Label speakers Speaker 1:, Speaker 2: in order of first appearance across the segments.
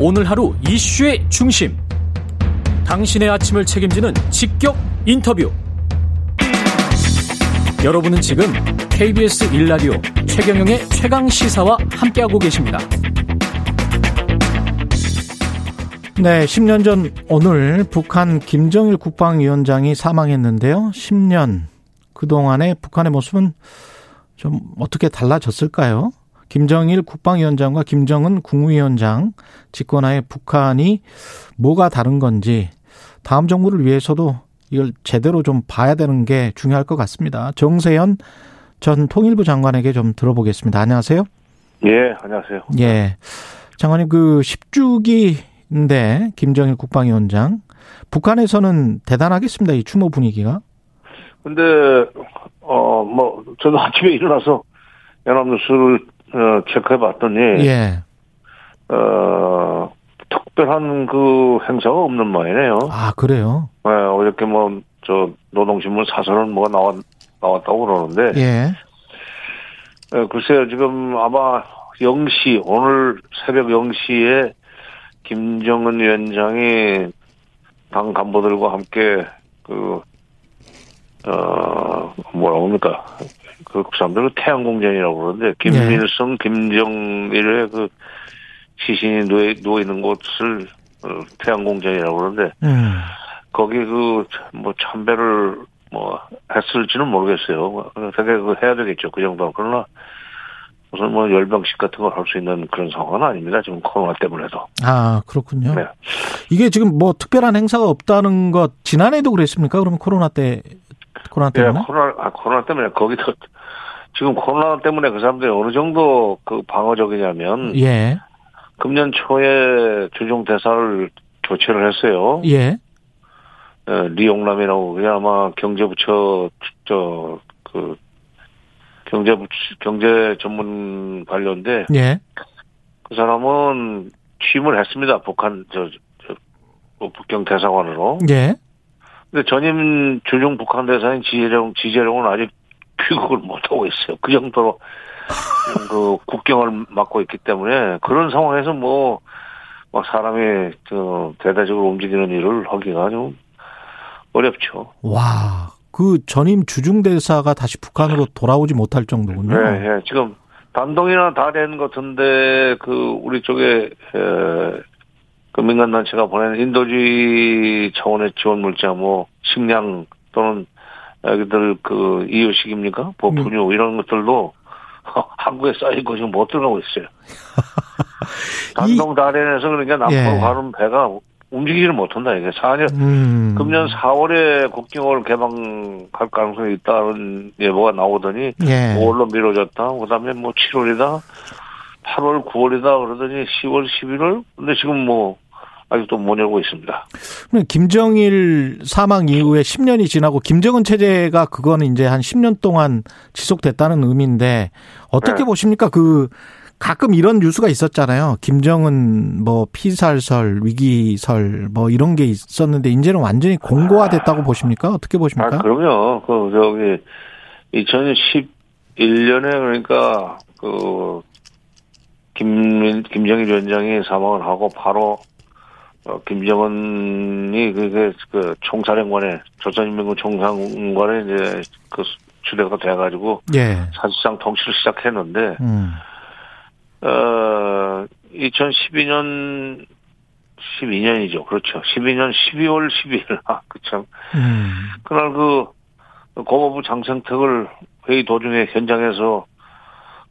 Speaker 1: 오늘 하루 이슈의 중심. 당신의 아침을 책임지는 직격 인터뷰. 여러분은 지금 KBS 1라디오 최경영의 최강 시사와 함께하고 계십니다.
Speaker 2: 네, 10년 전 오늘 북한 김정일 국방위원장이 사망했는데요. 10년 그동안의 북한의 모습은 좀 어떻게 달라졌을까요? 김정일 국방위원장과 김정은 국무위원장 집권하에 북한이 뭐가 다른 건지 다음 정부를 위해서도 이걸 제대로 좀 봐야 되는 게 중요할 것 같습니다. 정세현 전 통일부 장관에게 좀 들어보겠습니다. 안녕하세요.
Speaker 3: 예, 안녕하세요.
Speaker 2: 예. 장관님 그 10주기인데 김정일 국방위원장 북한에서는 대단하겠습니다. 이 추모 분위기가.
Speaker 3: 근데 어 뭐 저도 아침에 일어나서 연합뉴스를 어, 체크해봤더니
Speaker 2: 예.
Speaker 3: 어 특별한 그 행사가 없는 모양이네요.
Speaker 2: 아, 그래요.
Speaker 3: 예, 어저께 뭐 저 노동신문 사설은 뭐가 나왔 나왔다고 그러는데
Speaker 2: 예.
Speaker 3: 예, 글쎄요 지금 아마 0시 오늘 새벽 0시에 김정은 위원장이 당 간부들과 함께 그, 그어 뭐라 합니까 그 사람들은 태양공전이라고 그러는데 김일성 김정일의 그 시신이 누워, 누워 있는 곳을 어, 태양공전이라고 그러는데
Speaker 2: 음.
Speaker 3: 거기 그 뭐 참배를 뭐 했을지는 모르겠어요. 되게 그 해야 되겠죠. 그 정도. 그러나 무슨 뭐 열병식 같은 걸 할 수 있는 그런 상황은 아닙니다. 지금 코로나 때문에도.
Speaker 2: 아, 그렇군요.
Speaker 3: 네.
Speaker 2: 이게 지금 뭐 특별한 행사가 없다는 것 지난해도 그랬습니까? 그러면 코로나 때 코로나
Speaker 3: 예,
Speaker 2: 때문에?
Speaker 3: 코로나 아, 코로나 때문에 거기도 지금 코로나 때문에 그 사람들이 어느 정도 그 방어적이냐면
Speaker 2: 예.
Speaker 3: 금년 초에 주종 대사를 교체를 했어요.
Speaker 2: 예.
Speaker 3: 예, 리용남이라고 그게 아마 경제부처 저 그 경제 경제 전문 관료인데
Speaker 2: 예.
Speaker 3: 그 사람은 취임을 했습니다. 북한 저, 저, 저 북경 대사관으로.
Speaker 2: 예.
Speaker 3: 근데 전임 주중 북한 대사인 지재룡 지재룡은 아직 귀국을 못 하고 있어요. 그 정도로 지금 그 국경을 막고 있기 때문에 그런 상황에서 뭐 막 사람이 저 대대적으로 움직이는 일을 하기가 좀 어렵죠.
Speaker 2: 와. 그 전임 주중대사가 다시 북한으로 돌아오지 못할 정도군요.
Speaker 3: 네, 예. 지금 단동이나 다 된 것 같은데 그 우리 쪽에 에, 그 민간단체가 보낸 인도주의 차원의 지원 물자 뭐 식량 또는 애기들 그 이유식입니까? 뭐
Speaker 2: 음.
Speaker 3: 분유 이런 것들도 한국에 쌓이고 지금 못 들어가고 있어요. 단동 다롄에서 그러니까 남북
Speaker 2: 예.
Speaker 3: 가는 배가 움직이지를 못한다 이게 사안이
Speaker 2: 음.
Speaker 3: 금년 4월에 국경을 개방할 가능성이 있다는 예보가 나오더니
Speaker 2: 예.
Speaker 3: 5월로 미뤄졌다. 그다음에 뭐 7월이다. 8월, 9월이다 그러더니 10월, 11월. 근데 지금 뭐 아직도 못 열고 있습니다.
Speaker 2: 그럼 김정일 사망 이후에 10년이 지나고 김정은 체제가 그거는 이제 한 10년 동안 지속됐다는 의미인데 어떻게
Speaker 3: 네.
Speaker 2: 보십니까? 그 가끔 이런 뉴스가 있었잖아요. 김정은 뭐 피살설, 위기설 뭐 이런 게 있었는데 이제는 완전히 공고화됐다고 보십니까? 어떻게
Speaker 3: 아,
Speaker 2: 보십니까?
Speaker 3: 그럼요. 그 저기 2011년에 그러니까 그 김, 김정일 위원장이 사망을 하고 바로 어, 김정은이 그게 그 총사령관에 조선인민군 총사령관에 이제 그 주대가 돼가지고
Speaker 2: 예.
Speaker 3: 사실상 통치를 시작했는데
Speaker 2: 음.
Speaker 3: 어, 2012년, 12년이죠. 그렇죠. 12년 12월 12일. 아, 그참.
Speaker 2: 음.
Speaker 3: 그날 그, 고모부 장생택을 회의 도중에 현장에서,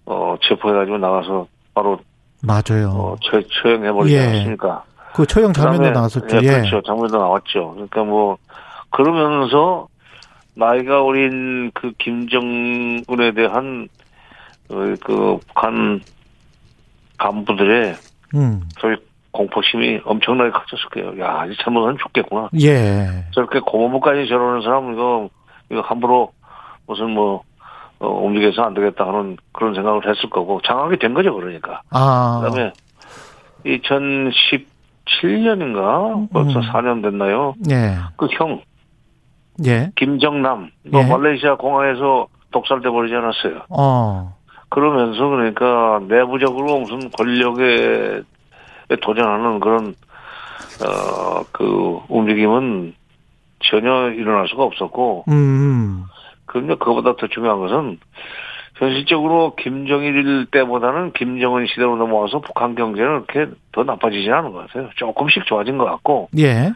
Speaker 3: 어, 체포해가지고 나가서 바로, 어,
Speaker 2: 맞아요.
Speaker 3: 처, 처형해버리지
Speaker 2: 예.
Speaker 3: 않았습니까?
Speaker 2: 그 처형 장면도
Speaker 3: 그다음에,
Speaker 2: 나왔었죠.
Speaker 3: 예,
Speaker 2: 예.
Speaker 3: 그렇죠. 장면도 나왔죠. 그러니까 뭐, 그러면서, 나이가 어린 그 김정은에 대한, 어, 그, 북한 간부들의
Speaker 2: 음.
Speaker 3: 저희 공포심이 엄청나게 커졌을 거예요. 야, 이 잘못하면 죽겠구나.
Speaker 2: 예.
Speaker 3: 저렇게 고모부까지 저러는 사람은 이거, 이거 함부로 무슨 뭐, 어, 움직여서 안 되겠다 하는 그런 생각을 했을 거고, 장악이 된 거죠, 그러니까. 그
Speaker 2: 아.
Speaker 3: 다음에, 2017년인가? 벌써
Speaker 2: 음.
Speaker 3: 4년 됐나요?
Speaker 2: 예.
Speaker 3: 그 형,
Speaker 2: 예.
Speaker 3: 김정남, 뭐
Speaker 2: 예.
Speaker 3: 말레이시아 공항에서 독살돼 버리지 않았어요.
Speaker 2: 어.
Speaker 3: 그러면서 그러니까 내부적으로 무슨 권력의 도전하는 그런 어 그 움직임은 전혀 일어날 수가 없었고
Speaker 2: 음.
Speaker 3: 그런데 그보다 더 중요한 것은 현실적으로 김정일 때보다는 김정은 시대로 넘어와서 북한 경제는 그렇게 더 나빠지지 않은 것 같아요. 조금씩 좋아진 것 같고
Speaker 2: 예.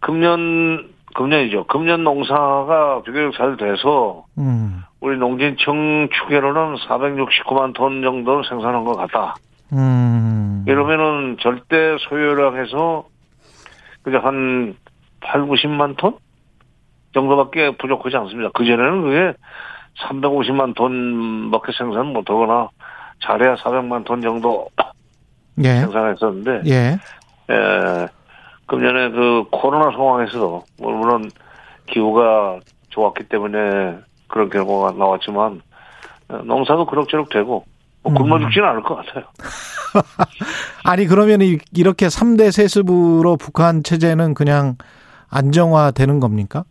Speaker 3: 금년 금년이죠. 금년 농사가 비교적 잘 돼서
Speaker 2: 음.
Speaker 3: 우리 농진청 추계로는 469만 톤 정도를 생산한 것 같다.
Speaker 2: 음.
Speaker 3: 이러면은 절대 소요량 해서 그냥 한 8, 90만 톤 정도밖에 부족하지 않습니다. 그전에는 그게 350만 톤밖에 생산 못하거나 잘해야 400만 톤 정도
Speaker 2: 예.
Speaker 3: 생산했었는데
Speaker 2: 예.
Speaker 3: 예, 금년에 그 코로나 상황에서도 뭐 물론 기후가 좋았기 때문에 그런 결과가 나왔지만 어, 농사도 그럭저럭 되고 뭐 굶어 죽지는 않을 것 같아요.
Speaker 2: 아니 그러면 이- 이렇게 3대 세습으로 북한 체제는 그냥 안정화되는 겁니까?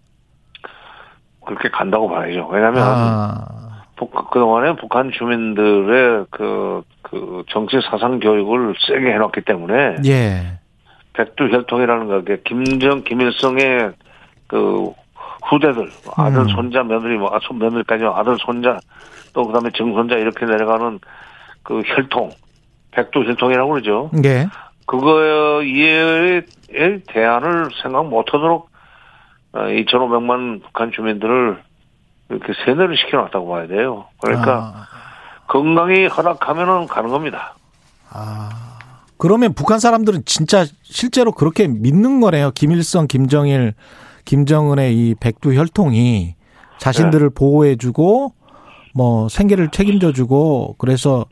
Speaker 3: 그렇게 간다고 봐야죠. 왜냐하면
Speaker 2: 아.
Speaker 3: 북- 그동안에 북한 주민들의 그, 그 정치 사상 교육을 세게 해놨기 때문에
Speaker 2: 예.
Speaker 3: 백두혈통이라는 게 김정 김일성의 그 후대들 아들
Speaker 2: 음.
Speaker 3: 손자 며느리 뭐 아, 손 며느리까지 아들 손자 또 그다음에 증손자 이렇게 내려가는 그 혈통 백두혈통이라고 그러죠.
Speaker 2: 예.
Speaker 3: 그거에 대안을 생각 못하도록 2,500만 북한 주민들을 이렇게 세뇌를 시켜놨다고 봐야 돼요.
Speaker 2: 아.
Speaker 3: 그러니까 건강이 허락하면은 가는 겁니다.
Speaker 2: 아. 아. 그러면 북한 사람들은 진짜 실제로 그렇게 믿는 거네요. 김일성, 김정일, 김정은의 이 백두 혈통이 자신들을
Speaker 3: 네.
Speaker 2: 보호해주고 뭐 생계를 책임져주고 그래서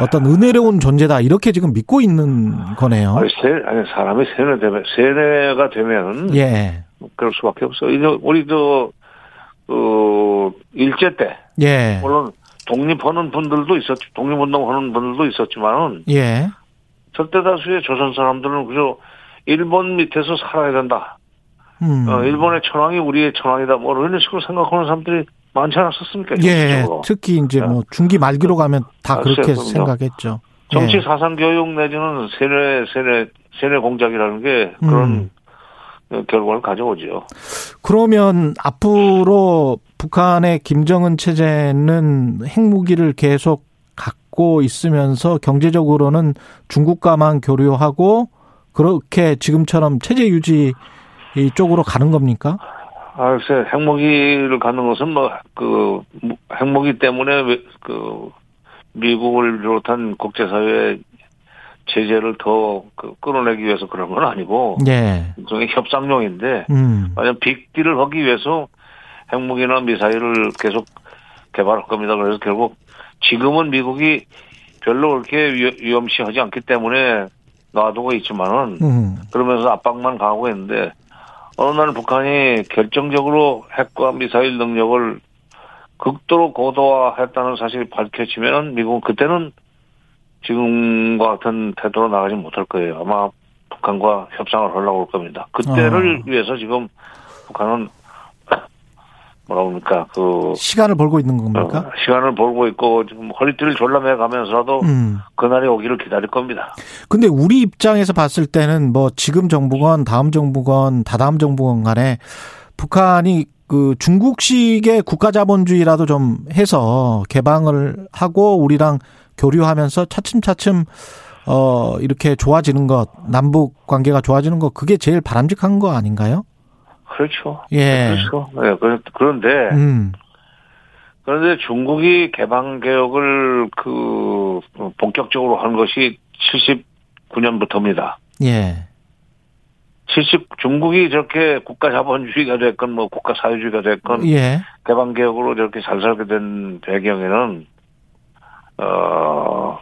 Speaker 2: 어떤 은혜로운 존재다 이렇게 지금 믿고 있는 거네요.
Speaker 3: 아니, 세, 아니 사람이 세뇌되면 세뇌가 되면
Speaker 2: 예.
Speaker 3: 그럴 수밖에 없어. 이제 우리도 어, 일제 때
Speaker 2: 예.
Speaker 3: 물론 독립하는 분들도 있었, 독립운동하는 분들도 있었지만은
Speaker 2: 예.
Speaker 3: 절대 다수의 조선 사람들은 그저 일본 밑에서 살아야 된다.
Speaker 2: 음.
Speaker 3: 어, 일본의 천황이 우리의 천황이다. 뭐 이런 식으로 생각하는 사람들이 많지 않았었습니까?
Speaker 2: 예,
Speaker 3: 정치적으로.
Speaker 2: 특히 이제 뭐 중기 말기로 가면 다
Speaker 3: 아,
Speaker 2: 그렇게
Speaker 3: 그럼요.
Speaker 2: 생각했죠.
Speaker 3: 정치
Speaker 2: 예.
Speaker 3: 사상 교육 내지는 세뇌 세뇌 세뇌 공작이라는 게
Speaker 2: 음.
Speaker 3: 그런 어, 결과를 가져오죠.
Speaker 2: 그러면 앞으로 북한의 김정은 체제는 핵무기를 계속 갖고 있으면서 경제적으로는 중국과만 교류하고 그렇게 지금처럼 체제 유지 이 쪽으로 가는 겁니까?
Speaker 3: 아, 글쎄, 핵무기를 갖는 것은 뭐, 그, 무- 핵무기 때문에, 왜- 그, 미국을 비롯한 국제사회의 제재를 더 그, 끌어내기 위해서 그런 건 아니고,
Speaker 2: 예.
Speaker 3: 일종의 협상용인데,
Speaker 2: 음.
Speaker 3: 완전 빅딜을 하기 위해서 핵무기나 미사일을 계속 개발할 겁니다. 그래서 결국 지금은 미국이 별로 그렇게 위- 위험시하지 않기 때문에 놔두고 있지만은,
Speaker 2: 음.
Speaker 3: 그러면서 압박만 가하고 있는데 어느 날 북한이 결정적으로 핵과 미사일 능력을 극도로 고도화했다는 사실이 밝혀지면 미국은 그때는 지금과 같은 태도로 나가지 못할 거예요. 아마 북한과 협상을 하려고 할 겁니다. 그때를
Speaker 2: 어.
Speaker 3: 위해서 지금 북한은 뭐라 그럽니까 그
Speaker 2: 시간을 벌고 있는
Speaker 3: 어,
Speaker 2: 겁니까?
Speaker 3: 시간을 벌고 있고 지금 허리띠를 졸라매 가면서라도
Speaker 2: 음.
Speaker 3: 그날이 오기를 기다릴 겁니다.
Speaker 2: 근데 우리 입장에서 봤을 때는 뭐 지금 정부건 다음 정부건 다다음 정부건 간에 북한이 그 중국식의 국가자본주의라도 좀 해서 개방을 하고 우리랑 교류하면서 차츰차츰 어 이렇게 좋아지는 것 남북 관계가 좋아지는 것 그게 제일 바람직한 거 아닌가요?
Speaker 3: 그렇죠.
Speaker 2: 예.
Speaker 3: 그렇죠. 예, 그- 그런데
Speaker 2: 음.
Speaker 3: 그런데 중국이 개방 개혁을 그 본격적으로 한 것이 79년부터입니다.
Speaker 2: 예.
Speaker 3: 70 중국이 저렇게 국가 자본주의가 됐건 뭐 국가 사회주의가 됐건
Speaker 2: 예.
Speaker 3: 개방 개혁으로 저렇게 잘 살게 된 배경에는 어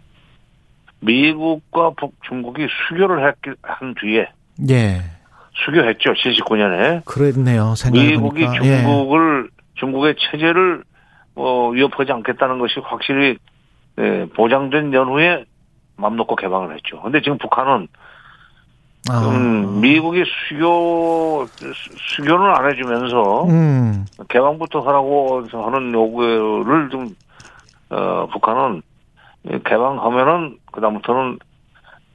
Speaker 3: 미국과 북 중국이 수교를 했기, 한 뒤에
Speaker 2: 예.
Speaker 3: 수교했죠 79년에
Speaker 2: 그랬네요. 생각해 보니까. 예.
Speaker 3: 미국이 중국을 중국의 체제를 어, 위협하지 않겠다는 것이 확실히 예, 보장된 연후에 맘 놓고 개방을 했죠. 근데 지금 북한은
Speaker 2: 예. 아.
Speaker 3: 음, 미국이 수교 수- 수교는 안 해주면서
Speaker 2: 음.
Speaker 3: 개방부터 하라고 하는 요구를 좀 어, 북한은 개방하면은 그다음부터는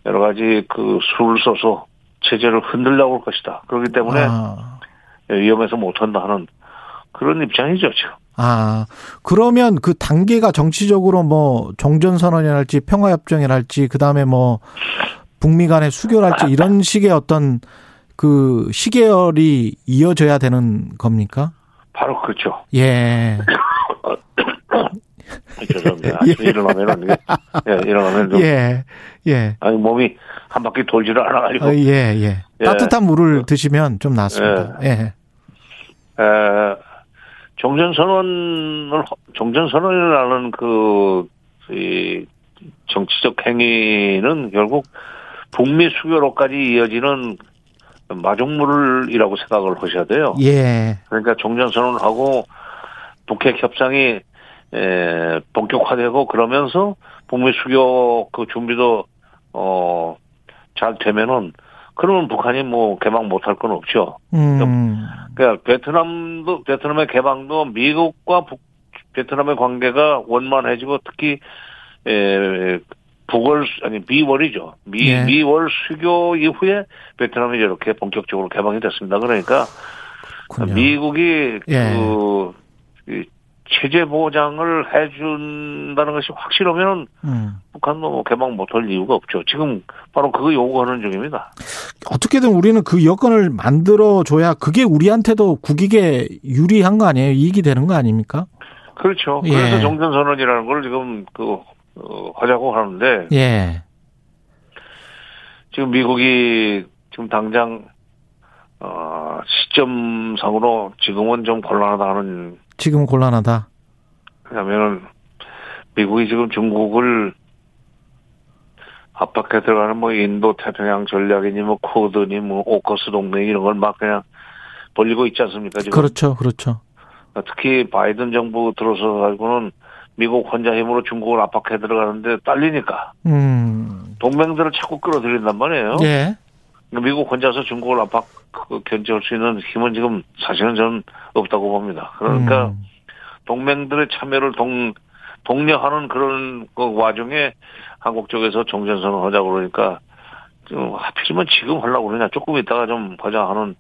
Speaker 3: 여러 가지 그 수를 써서 체제를 흔들려고 할 것이다. 그렇기 때문에
Speaker 2: 아,
Speaker 3: 위험해서 못한다 하는 그런 입장이죠, 지금.
Speaker 2: 아, 그러면 그 단계가 정치적으로 뭐 종전선언이랄지 평화협정이랄지 그다음에 뭐 북미 간의 수교랄지 이런 식의 어떤 그 시계열이 이어져야 되는 겁니까?
Speaker 3: 바로 그렇죠.
Speaker 2: 예.
Speaker 3: 죄송합니다. 아침에 일어나면, 이게, 예, 일어나면 좀,
Speaker 2: 예. 예.
Speaker 3: 아니, 몸이 한 바퀴 돌지를 않아가지고,
Speaker 2: 어, 예, 예,
Speaker 3: 예.
Speaker 2: 따뜻한 물을 드시면 좀 낫습니다. 예.
Speaker 3: 에, 종전선언을, 종전선언이라는 그, 이, 정치적 행위는 결국 북미 수교로까지 이어지는 마중물이라고 생각을 하셔야 돼요.
Speaker 2: 예.
Speaker 3: 그러니까 종전선언하고 북핵 협상이 에, 본격화되고 그러면서 북미 수교 그 준비도 어, 잘 되면은 그러면 북한이 뭐 개방 못할 건 없죠.
Speaker 2: 음.
Speaker 3: 그러니까 베트남도 베트남의 개방도 미국과 북, 베트남의 관계가 원만해지고 특히 에, 북월 수- 아니 미월이죠. 미
Speaker 2: 예.
Speaker 3: 미월 수교 이후에 베트남이 이렇게 본격적으로 개방이 됐습니다. 그러니까
Speaker 2: 군요.
Speaker 3: 미국이
Speaker 2: 예.
Speaker 3: 그이 체제 보장을 해준다는 것이 확실하면
Speaker 2: 음.
Speaker 3: 북한도 뭐 개방 못할 이유가 없죠. 지금 바로 그거 요구하는 중입니다.
Speaker 2: 어떻게든 우리는 그 여건을 만들어 줘야 그게 우리한테도 국익에 유리한 거 아니에요? 이익이 되는 거 아닙니까?
Speaker 3: 그렇죠.
Speaker 2: 예.
Speaker 3: 그래서 종전선언이라는 걸 지금 그 어, 하자고 하는데
Speaker 2: 예.
Speaker 3: 지금 미국이 지금 당장 어, 시점상으로 지금은 좀 곤란하다는
Speaker 2: 지금은 곤란하다.
Speaker 3: 왜냐면은 미국이 지금 중국을 압박해 들어가는 뭐 인도 태평양 전략이니 뭐 코드니 뭐 오커스 동맹 이런 걸 막 그냥 벌리고 있지 않습니까 지금
Speaker 2: 그렇죠, 그렇죠.
Speaker 3: 특히 바이든 정부 들어서 가지고는 미국 혼자 힘으로 중국을 압박해 들어가는데 딸리니까
Speaker 2: 음.
Speaker 3: 동맹들을 자꾸 끌어들인단 말이에요. 그러니까
Speaker 2: 예.
Speaker 3: 미국 혼자서 중국을 압박 그, 견제할 수 있는 힘은 지금 사실은 저는 없다고 봅니다. 그러니까
Speaker 2: 음.
Speaker 3: 동맹들의 참여를 동 독려하는 그런 그 와중에 한국 쪽에서 종전선언 하자 그러니까 좀 하필이면 지금 하려고 그러냐 조금 있다가 좀 하자 하는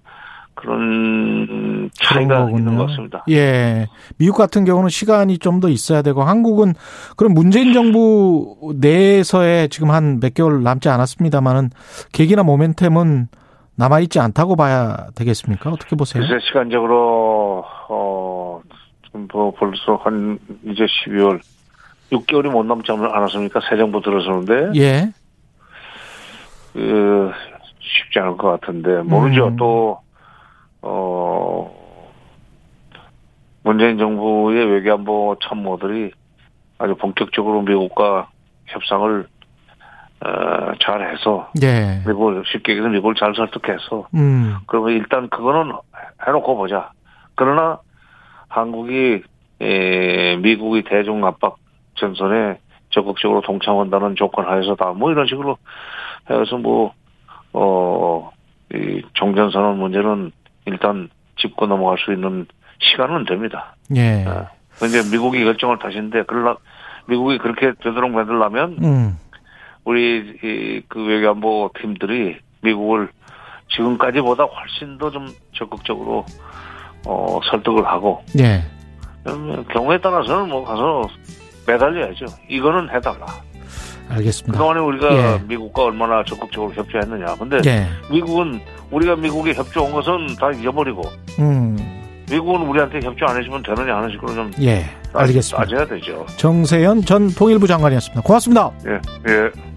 Speaker 3: 그런
Speaker 2: 그런
Speaker 3: 차이가
Speaker 2: 거군요.
Speaker 3: 있는 것 같습니다.
Speaker 2: 예. 미국 같은 경우는 시간이 좀 더 있어야 되고 한국은 그럼 문재인 정부 내에서의 지금 한 몇 개월 남지 않았습니다만은 계기나 모멘텀은 남아 있지 않다고 봐야 되겠습니까? 어떻게 보세요?
Speaker 3: 글쎄 시간적으로 어 지금 뭐 벌써 한 이제 12월 6개월이 못 넘지 않았습니까? 새 정부 들어서는데
Speaker 2: 예.
Speaker 3: 그 쉽지 않을 것 같은데 모르죠
Speaker 2: 음.
Speaker 3: 또어 문재인 정부의 외교안보 참모들이 아주 본격적으로 미국과 협상을 어, 잘해서
Speaker 2: 예.
Speaker 3: 미국을 쉽게 얘기해서 미국을 잘 설득해서
Speaker 2: 음.
Speaker 3: 그러면 일단 그거는 해놓고 보자 그러나 한국이 에, 미국의 대중 압박 전선에 적극적으로 동참한다는 조건 하에서다 뭐 이런 식으로 해서 뭐, 어, 뭐어이 종전선언 문제는 일단 짚고 넘어갈 수 있는 시간은 됩니다.
Speaker 2: 예.
Speaker 3: 아. 근데 미국이 결정을 다시는데 그러려 미국이 그렇게 되도록 만들려면
Speaker 2: 음.
Speaker 3: 우리 이, 그 외교안보 팀들이 미국을 지금까지보다 훨씬 더 좀 적극적으로 어 설득을 하고
Speaker 2: 예.
Speaker 3: 그러면 경우에 따라서는 뭐 가서 매달려야죠. 이거는 해달라.
Speaker 2: 알겠습니다.
Speaker 3: 그동안에 우리가
Speaker 2: 네. 예.
Speaker 3: 미국과 얼마나 적극적으로 협조했느냐. 근데
Speaker 2: 예.
Speaker 3: 미국은 우리가 미국에 협조한 것은 다 잊어버리고
Speaker 2: 음.
Speaker 3: 미국은 우리한테 협조 안 해주면 되느냐 하는 식으로 좀 아,
Speaker 2: 예. 알겠습니다.
Speaker 3: 따져야 되죠.
Speaker 2: 정세현 전 통일부 장관이었습니다. 고맙습니다.
Speaker 3: 예, 예.